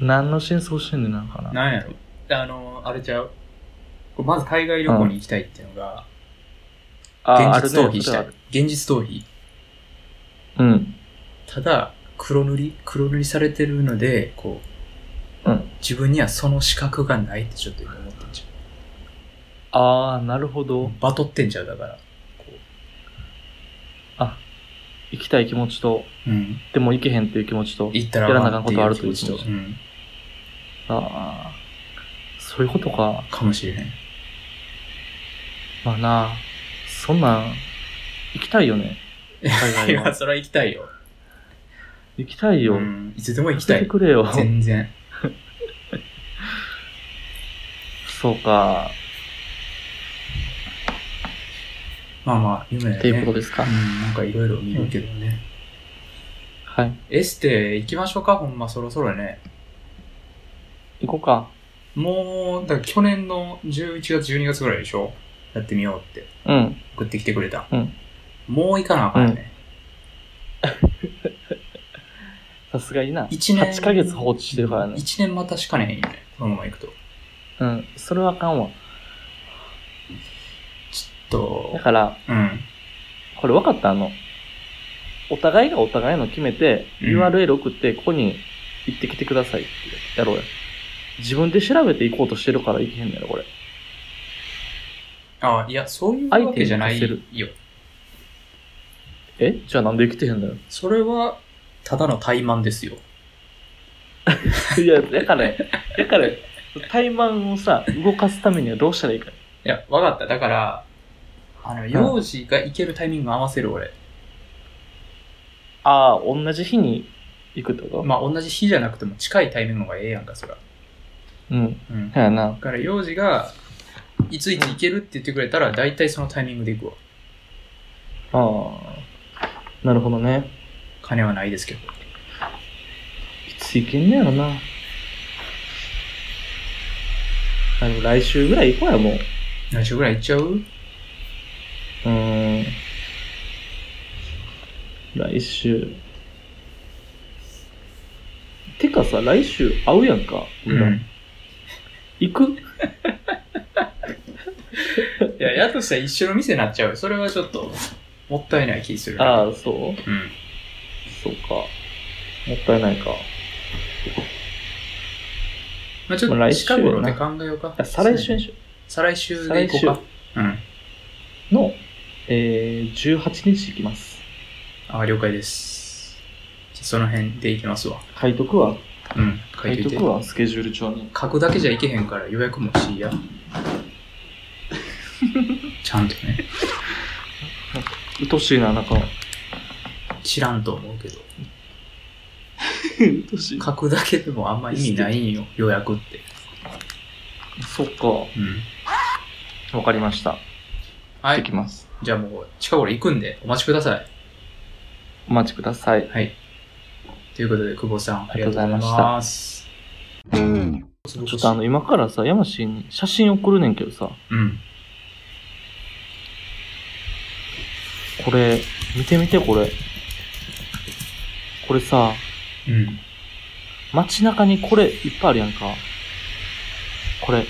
B: 何の真相心理なのかな
A: なんやろ。あの、あれちゃう。こうまず海外旅行に行きたいっていうのが、
B: あ
A: 現実逃避した
B: あ
A: い。
B: るね
A: 現実逃避。
B: それはあるうん。
A: ただ、黒塗り、黒塗りされてるので、こう、
B: うん
A: 自分にはその資格がないってちょっと今思ってんじゃ
B: ああ、なるほど
A: ん。。バトってんちゃう、だから。こ
B: あ、行きたい気持ちと、
A: ううん。
B: でも行けへんっていう気持ちと、
A: 行ったら
B: やら
A: あ
B: なあ
A: か
B: か
A: んこ
B: んことと
A: あ
B: あ
A: る
B: る
A: っ
B: ってて
A: いう
B: こ
A: 気持
B: と
A: ちと、うん、
B: ああ、そういうことか。
A: かもしれへん。
B: まあな、そんなん、行きたいよね。海
A: い
B: 外は
A: や、。 [laughs] それは行きたいよ。
B: 行きたいよ。
A: うん、いつでも行き
B: 来
A: た
B: て
A: い。
B: くれよ。
A: 全然。
B: そうか。
A: まあまあ、夢だよね。
B: っていうこと
A: で
B: ですか。
A: うん、なんかいろいろ見るけどね。
B: はい。
A: エステ行きましょうか、ほんまそろそろね。
B: 行こうか。
A: もう、だから去年の11月、12月ぐらいでしょやってみようって。
B: うん。
A: 送ってきてくれた。
B: うん
A: もう行かなあかんよね。
B: さすがにな。
A: 一年。
B: 8ヶ月放置してるからね
A: 一年またしかねへんよね。このまま行くと。
B: うん。それはあかんわ。
A: ちょ
B: だ
A: っと、
B: から、
A: うん。
B: これ分かったあの、お互いがお互いの決めて、
A: うん
B: URL 送って、ここに行ってきてくださいってやろうや。自分で調べていこうとしてるからいけへんのやろ、これ。
A: あいや、そういう
B: 相
A: わ
B: 手
A: け
B: に
A: じゃな
B: 貸
A: い
B: せる
A: よ。
B: えじゃあなんで生きてへんのよ。
A: それは、ただの怠慢ですよ。
B: いや、だから、だから、怠慢をさ、動かすためにはどうしたらいいか。
A: いや、わかった。だから、あの、幼児が行けるタイミング合わせる俺。
B: ああ、同じ日に行くってこと、
A: まあ、同じ日じゃなくても近いタイミングの方がええやんか、そら。
B: うん。
A: うん。だ
B: そうやな。
A: から、幼児が、いついつ行けるって言ってくれたら、大体そのタイミングで行くわ。
B: ああ。なるほどね。
A: 金はないですけど。
B: いつ行けんねやろな。あの、来週ぐらい行こうや、もう。
A: 来週ぐらい行っちゃう
B: うーん。来週。てかさ、来週会うやんか。俺ら。行く
A: いや、やとしたら一緒の店になっちゃう。それはちょっと、もったいない気する。
B: ああ、そう
A: うん。
B: そうか。もったいないか。
A: まあちょっ
B: まあ
A: と
B: 来週
A: 近頃で考えようか。
B: あ再来週にしよ
A: 再来
B: う
A: 週で
B: 再来
A: 行こ
B: 週
A: うか。うん。
B: の、えー、18日行きます。
A: あ、了解です。じゃあその辺で行きますわ。
B: 書いとくわ。
A: うん。書
B: 書
A: い
B: い
A: と
B: と
A: いて。
B: くわ、スケジュール帳に。
A: 書くだけじゃいけへんから予約もしい
B: [laughs]
A: や。ちゃんとね。
B: うとしいな、なん
A: [laughs]
B: か。う
A: 知らんと思うけど。
B: としい。
A: 書くだけでもあんま意味ないんよ。予約って。
B: そっか。
A: うん。
B: わかりました。
A: は
B: 行って
A: い
B: き。ます。
A: じゃあもう近頃行くんでお待ちください。
B: お待ちください。
A: はい。ということで、久保さん、あ
B: あり
A: りが
B: がと
A: と
B: う
A: う
B: ご
A: ご
B: ざ
A: ざ
B: い
A: い
B: ました
A: ます。
B: ちょっとあの、今からさ、ヤマシーに写真送るねんけどさ、
A: うん。
B: これ、見てみて、これ。これさ、
A: うん。
B: 街中にこれいっぱいあるやんか。これ、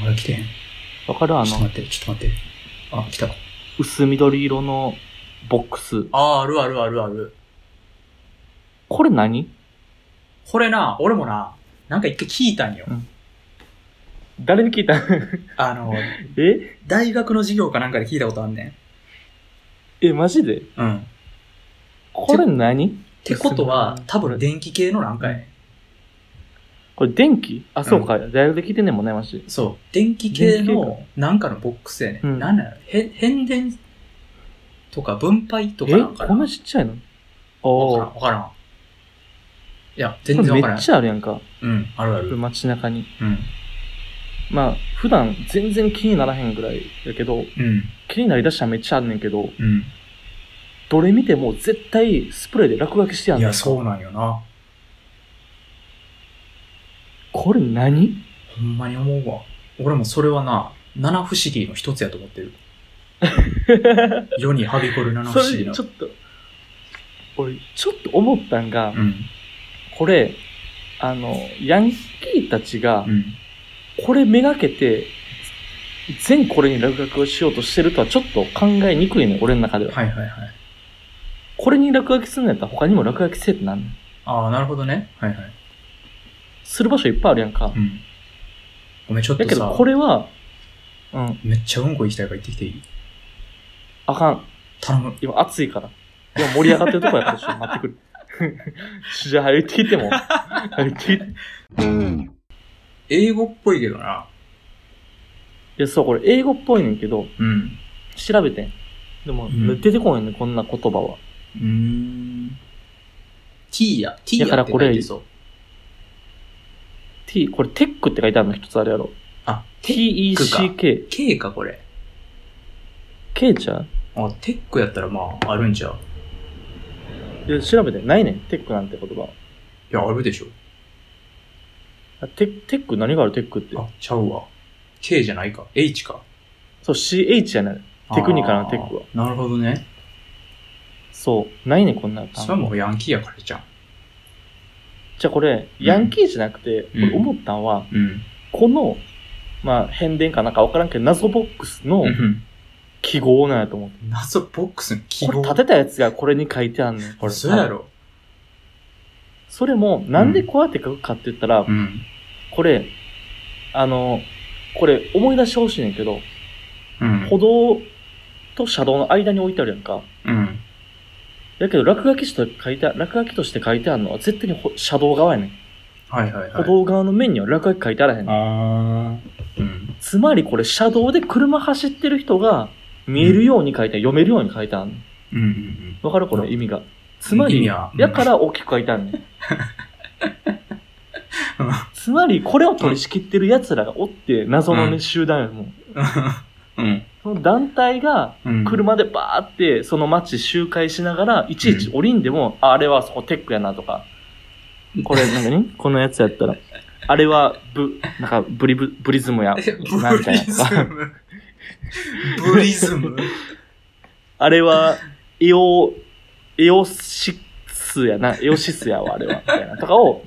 A: まだ来てへん。
B: わかるあ
A: ちょっと
B: の、
A: 待って、ちょっと待って。あ、来た。
B: 薄緑色のボックス。
A: あー、あるあるあるある。
B: これ何
A: これな、俺もな、なんか一回聞いたんよ。
B: 誰に聞いた
A: あの、
B: [laughs] え
A: 大学の授業かなんかで聞いたことあんね
B: え、マジで
A: ん。うん。っ
B: これ何
A: てことは
B: う、ん
A: 多分電気系のなんかやね
B: これ電気あ、そうか。大学で聞いてんねんもんね、マジ
A: ん。そう。電気系
B: 電気
A: のなんかのボックスやね
B: うん
A: ん。なんなんやろへ変電とか分配と
B: え
A: かなんか
B: こん
A: な
B: なちっちゃいのお
A: わ
B: ー。
A: からん。わからん。いや、全
B: こ
A: 然
B: れ
A: わから
B: め
A: ん
B: っ。ちゃあるやんか。
A: うん、あるあ
B: これ
A: る。
B: 街中に。
A: うん。
B: まあ、普段全然気にならへんぐらいやけど、
A: うん。
B: 気になりだしたらめっちゃあんねんけど、
A: うん。
B: どれ見ても絶対スプレーで落書きしてや
A: い
B: んねん。
A: や、そうなんよな。
B: これ何 [laughs]
A: ほんまに思うわ。俺もそれはな、七不思議の一つやと思ってる。世にはびこる七
B: そ
A: 不思議
B: れ、
A: の
B: ちょ。っと、俺、ちょっと思ったんが、
A: うん。
B: これ、あの、ヤンキーたちが
A: う、ん。
B: これめがけて、全これに落書きをしようとしてるとはちょっと考えにくいね、俺の中では。
A: はいはいはい。
B: これに落書きするんやったら他にも落書きせえってなんねん
A: ああ、なるほどね。はいはい。
B: する場所いっぱいあるやんか
A: う。ん。ごめん、ちょっ
B: だ
A: と
B: け
A: さ
B: ど、、これは、うん、
A: めっちゃうんこ行きたいから行ってきていい
B: あかん。
A: 頼む。
B: 今暑いから。今盛り上がってるとこやから、ちょっ
A: [laughs]
B: と待ってくる。 [laughs] じゃあ、入ってきても。入ってきて。い
A: 英語っぽいけどな。
B: や、そう、これ英語っぽいねんけど、
A: うん。
B: 調べてん。でも、
A: うん
B: 出てこないねん、こんな言葉は。
A: うーん。ティーヤ。ティーヤ
B: だから
A: って
B: こ
A: 書
B: れ
A: いてそう。
B: t、これテックって書いてあるの一つあるやろ。
A: あ、ティークか。
B: t-e-c-k。
A: K か、これ。
B: ケイちゃう
A: あ、テックやったらまあ、あるんちゃう
B: いや調べてないねんテックなんて言葉
A: いや、あるでしょ。
B: あテテック何があるテックって
A: あ、ちゃうわ。K じゃないか。H か。
B: そう CH じゃないテクニカルなテックは
A: あー。なるほどね。
B: そうないねんこんな
A: それは
B: 単語
A: もうヤンキーやからじゃん。
B: じゃあこれ
A: うん
B: ヤンキーじゃなくて、
A: うん
B: これ思ったんは
A: うん。
B: このまあ変電かなんか分からんけど謎ボックスの
A: うん
B: 記号なんやと思って
A: [laughs] 謎ボックスの記
B: これ
A: 号。
B: 立てたやつがこれに書いてあんねんこれ
A: そうやろ。
B: それもなんでこうやって書くかって言ったら、
A: うん。
B: これあのこれ思い出してほしいねんけど
A: うん。
B: 歩道と車道の間に置いてあるやんか
A: うん。
B: だけど落書きして書いてあ落書きとして書いてあるのは絶対にほ車道側やねん
A: はいはいは
B: 歩
A: い。
B: 道側の面には落書き書いてあらへん、
A: あー。うん。
B: つまりこれ車道で車走ってる人が見えるように書いてある、読めるように書いてある
A: うんうんうん。
B: わかるこの意味がつま
A: 意
B: り
A: 味
B: や
A: はうん
B: から大きく書いてあるねんつまりこれを取り仕切ってる奴らがおって謎の
A: う
B: ね
A: ん
B: 集団やもん
A: うん。
B: その団体が
A: うん。
B: 車でバーってその街周回しながらいちいち降りんでも、ああれはそこテックやなとかこれなん
A: [laughs]
B: かねこのやつやったらあれはブなんかブリブブリズムや
A: えブ
B: なんか
A: リ
B: やと
A: ズ
B: か
A: ム。ブリズム。
B: あれは、エオ、エオシスやな、エオシスやわ、あれは、みたいな。とかを、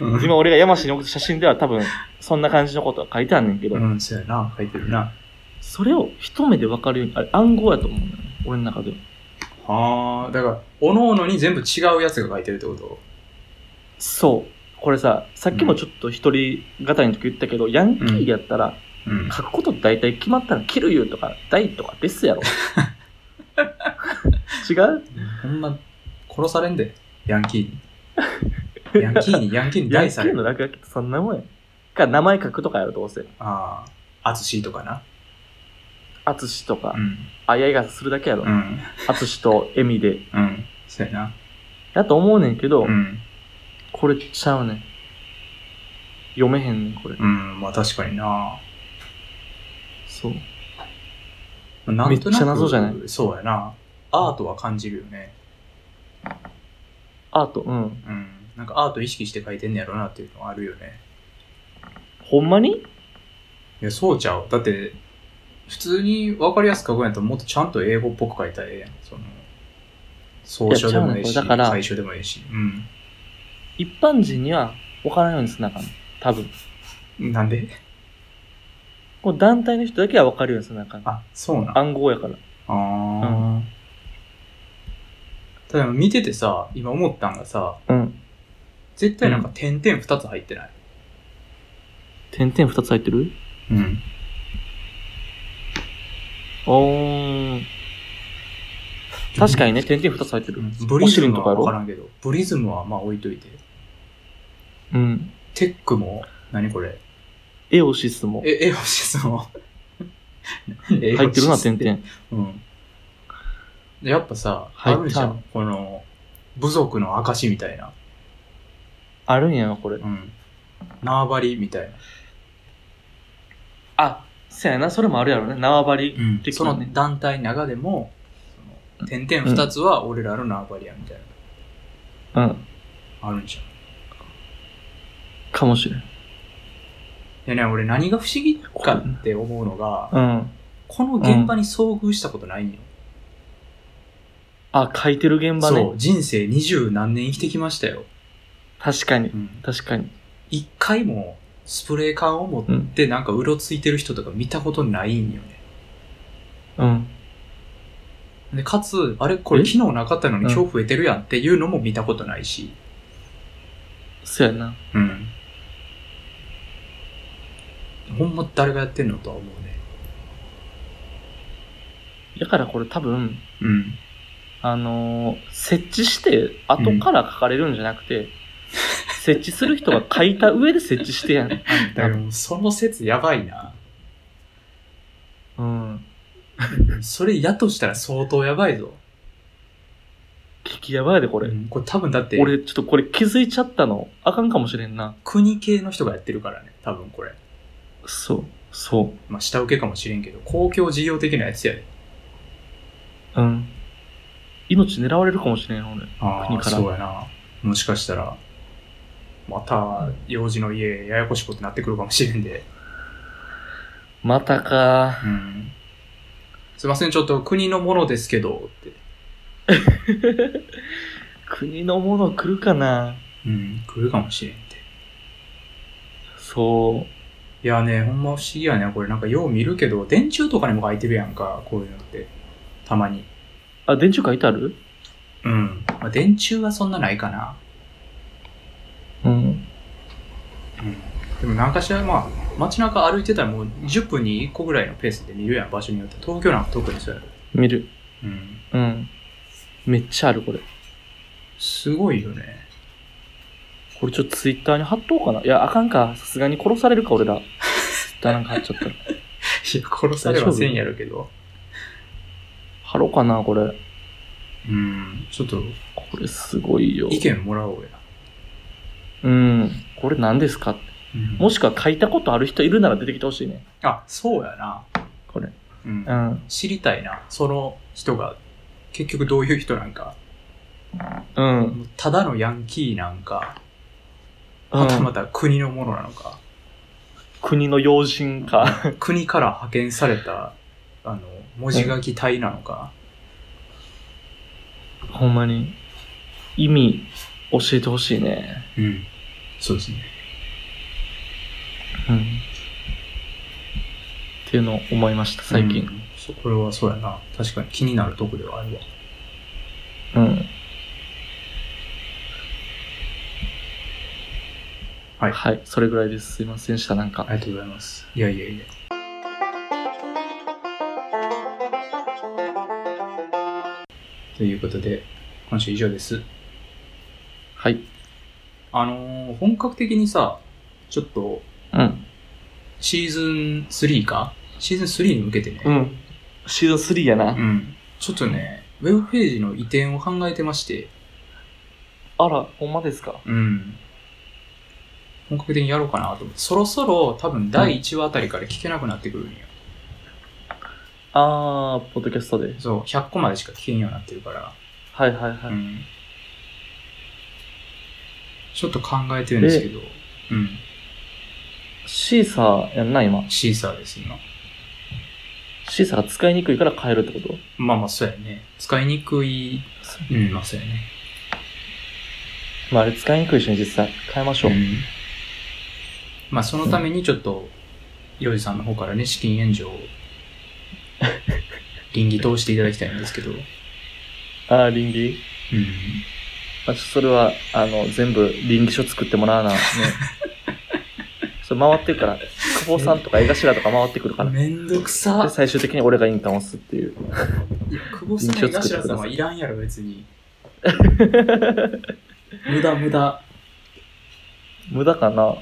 A: うん
B: 今俺が山氏に送った写真では多分、そんな感じのことが書いてあんねんけど、
A: うん、そうやな。書いてるな。
B: それを一目で分かるように、あれ暗号やと思うんだよね、俺の中では。
A: あー。だから、おのおのに全部違うやつが書いてるってこと
B: そう。これさ、さっきもちょっと一人語りの時言ったけど、ヤンキーやったら、
A: うん。
B: 書くことって大体決まったら、キルユーとか、ダイとかですやろ。 [laughs] 違う
A: ほんま、殺されんで、ヤンキ [laughs] ーに。ヤンキーに、ヤンキーに
B: ヤン
A: 大
B: キ
A: さ
B: ー
A: れ
B: の
A: る。
B: 落書きってそんなもんや。か、名前書くとかやろ、どうせ。
A: ああ、アツシーとかな。
B: アツシとか
A: う、ん。
B: あやいがするだけやろ
A: う。ん。
B: アツシとエミで。
A: うん。そうやな。
B: だと思うねんけど、
A: うん。
B: これちゃうねん。読めへんねん、これ。
A: うん、まあ確かにな。
B: そう。
A: な
B: め
A: ん
B: っ
A: と
B: ちゃ謎じゃない
A: くそうやな。アートは感じるよね。
B: アート、うん。
A: うん。なんかアート意識して書いてんねやろなっていうのはあるよね。
B: ほんまに
A: いや、そうちゃう。だって、普通に分かりやすく書くんやったらもっとちゃんと英語っぽく書いたらええやん。その、総書でもええ
B: い
A: し、
B: やちゃうねんこれだから
A: 最初でもええし。うん。
B: 一般人には分からんようにすなあかん。多分。
A: なんで
B: この団体の人だけは分かるようにすなあかん。
A: あ、そうなん。
B: 暗号やから。
A: ああ。ただ見ててさ、今思ったんがさ、
B: うん。
A: 絶対なんか点々二つ入ってない。
B: 点々二つ入ってる
A: うん。
B: おー。確かにね、点々二つ入ってる。
A: ブリズ
B: オシリン
A: ム
B: とかや
A: は
B: ろ
A: 分からんけど、ブリズムはまあ置いといて。
B: うん。
A: テックも、何これ
B: エオシスも。
A: え、エオシスも。入って
B: [laughs] 入ってるな、点々。
A: うん。でやっぱさ、
B: 入
A: あ
B: った
A: るじゃん。この、部族の証みたいな。
B: あるんやな、これ
A: う。ん。縄張りみたいな。
B: あ、そやな、それもあるやろね。縄張り。
A: うん
B: 的
A: そ
B: な
A: の
B: ね
A: 団体の中でも、その点々二つは俺らの縄張りやみたい
B: うん。
A: な、あるんじゃん。
B: かもしれん。
A: いやね、俺何が不思議かって思うのが、
B: うん。
A: この現場に遭遇したことないんよ。
B: あ、書いてる現場
A: そ
B: ね
A: う、。人生二十何年生きてきましたよ。
B: 確かに
A: う。ん
B: 確かに。
A: 一、回もスプレー缶を持ってなんかうろついてる人とか見たことないんよね。
B: うん。
A: で、かつ、あれこれ
B: え
A: 昨日なかったのに
B: うん
A: 今日増えてるやんっていうのも見たことないし。
B: そうやな。
A: うん。ほんま誰がやってんのとは思うね。
B: だからこれ多分、
A: うん。
B: あのー設置して、後から書かれるんじゃなく [laughs] て、設置する人が書いた上で設置してやん。 [laughs]
A: だからもうその説やばいな。
B: うん。
A: それやとしたら相当やばいぞ。
B: 聞きやばいで、こ
A: これ、
B: れ。
A: これ多分だって、
B: 俺、ちょっとこれ気づいちゃったの、あかんかもしれんな。
A: 国系の人がやってるからね。多分これ。
B: そう。そう。
A: まあ、下請けかもしれんけど、公共事業的なやつやで。
B: うん。命狙われるかもしれん、俺。
A: あ
B: 国
A: あ、
B: から
A: そうやな。もしかしたら、また、幼児の家、ややこしいことになってくるかもしれんで。
B: またか。
A: うん。すいません、ちょっと国のものですけど、って。
B: 国のもの来るかな。
A: うん、来るかもしれんって。
B: そ
A: いやね、ほんま不思議やね。これなんかよう見るけど、電柱とかにも書いてるやんか、こういうのって。たまに。
B: う。あ、電柱書いてある
A: うん。まあ、電柱はそんなないかな。
B: うん。
A: うん。でもなんかしら、まあ、街中歩いてたらもう10分に1個ぐらいのペースで見るやん、場所によって。東京なんか特にそうやろ。
B: 見る。
A: うん。
B: うん。めっちゃある、これ。
A: すごいよね。
B: これちょっとツイッターに貼っとこうかな。いや、あかんか。さすがに殺されるか、俺ら。ツイッターなんか貼っちゃったら。
A: い
B: [laughs]
A: や、殺されはせんやろけど。
B: 貼ろうかな、これ。
A: うん。ちょっと、
B: これすごいよ。
A: 意見もらおうや。
B: うん。これ何ですか
A: うん
B: もしくは書いたことある人いるなら出てきてほしいね。
A: あ、そうやな。
B: これ。
A: うん
B: う。ん。
A: 知りたいな。その人が、結局どういう人なんか。
B: うん。
A: ただのヤンキーなんか、
B: う
A: はたま
B: ん、
A: た国のものなのか、
B: 国の要人か。
A: 国から派遣された、あの、文字書き隊なのか、
B: ほんまに。意味、教えてほしいね。
A: うん。そうですね。
B: うん。っていうのを思いました、最近。
A: うんそこれはそうやな。確かに気になるとこではあるわ。
B: うん。
A: はい
B: はい、それぐらいです。すいませんでした、なんか。
A: ありがとうございます。いやいやいや。ということで、今週以上です。
B: はい。
A: あのー本格的にさ、ちょっと、
B: うん。
A: シーズン3かシーズン3に向けてね、
B: うん。シーズン3やな。
A: うんちょっとね、ウェブページの移転を考えてまして、
B: あら、ほんまですか。
A: うん。本格的にやろうかなと思って、そろそろ多分第1話あたりから聞けなくなってくるんよ。
B: あー、ポッドキャストで。
A: そう、100個までしか聞けんようになってるから、
B: はいはいは
A: う
B: い。
A: ん。ちょっと考えてるんですけど、うん。
B: シーサーやんな、今。
A: シーサーです、今。
B: シーサーが使いにくいから変えるってこと
A: まあまあ、そうやね。使いにくい、うん、まあそうやね。
B: まあ、あれ使いにくいしね、実際。変えましょう。
A: ん、まあそのためにちょっと、ヨウジさんの方からね、資金援助を、倫理通していただきたいんですけど、うん、
B: あー、倫理あ、ちょそれは、あの、全部、倫理書作ってもらわな。 [laughs] ね。それ回ってるから、久保さんとか江頭とか回ってくるから。で、
A: めんどくさ
B: 最終的に俺が印鑑を押すっていう。 [laughs]
A: いや、久保さん、江
B: 臨場作って
A: 頭
B: く
A: さ
B: だ
A: ん
B: さ
A: はいいらんやろ、別に。無駄無駄。
B: 無駄かな。うん、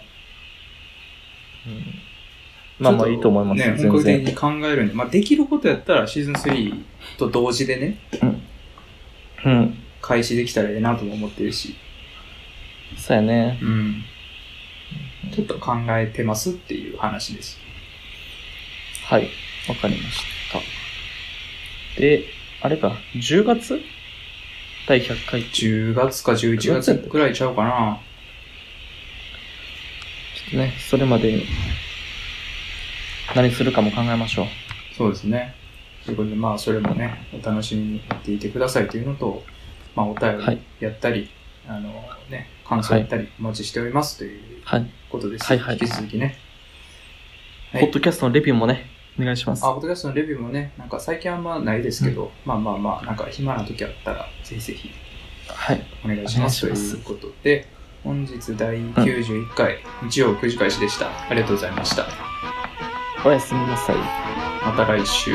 B: まあまあいいと思います、
A: ね、本
B: 全
A: 格的
B: 然。
A: に考えるんで、まあできることやったらシーズン3と同時でね、
B: うん。
A: 開始できたらええなとも思ってるし、
B: そうやね。
A: うん。ちょっと考えてますっていう話です。
B: はい。わかりました。で、あれか、10月第100回中。ち
A: 10月か11月くらいちゃうかな。
B: ょっとね、それまでに何するかも考えましょう。
A: そうですね。ということで、まあ、それもね、お楽しみにしていてくださいというのと、まあ、お便
B: はい
A: りやったり、あの、ね、感想やったり、お待ちしておりますという
B: はい。
A: ことです。
B: はいはい
A: 引き続きね。はい
B: ポッドキャストのレビューもね、お願いします。
A: あ、ポッドキャストのレビューもね、なんか最近あんまないですけど、まあまあまあ、なんか暇な時あったら、ぜひぜひ
B: はい。
A: お願いしますと
B: お
A: い
B: 願いします
A: うことで、本日第91回、日曜9時開始でした。ありがとうございました。
B: おやすみなさい。
A: また来週。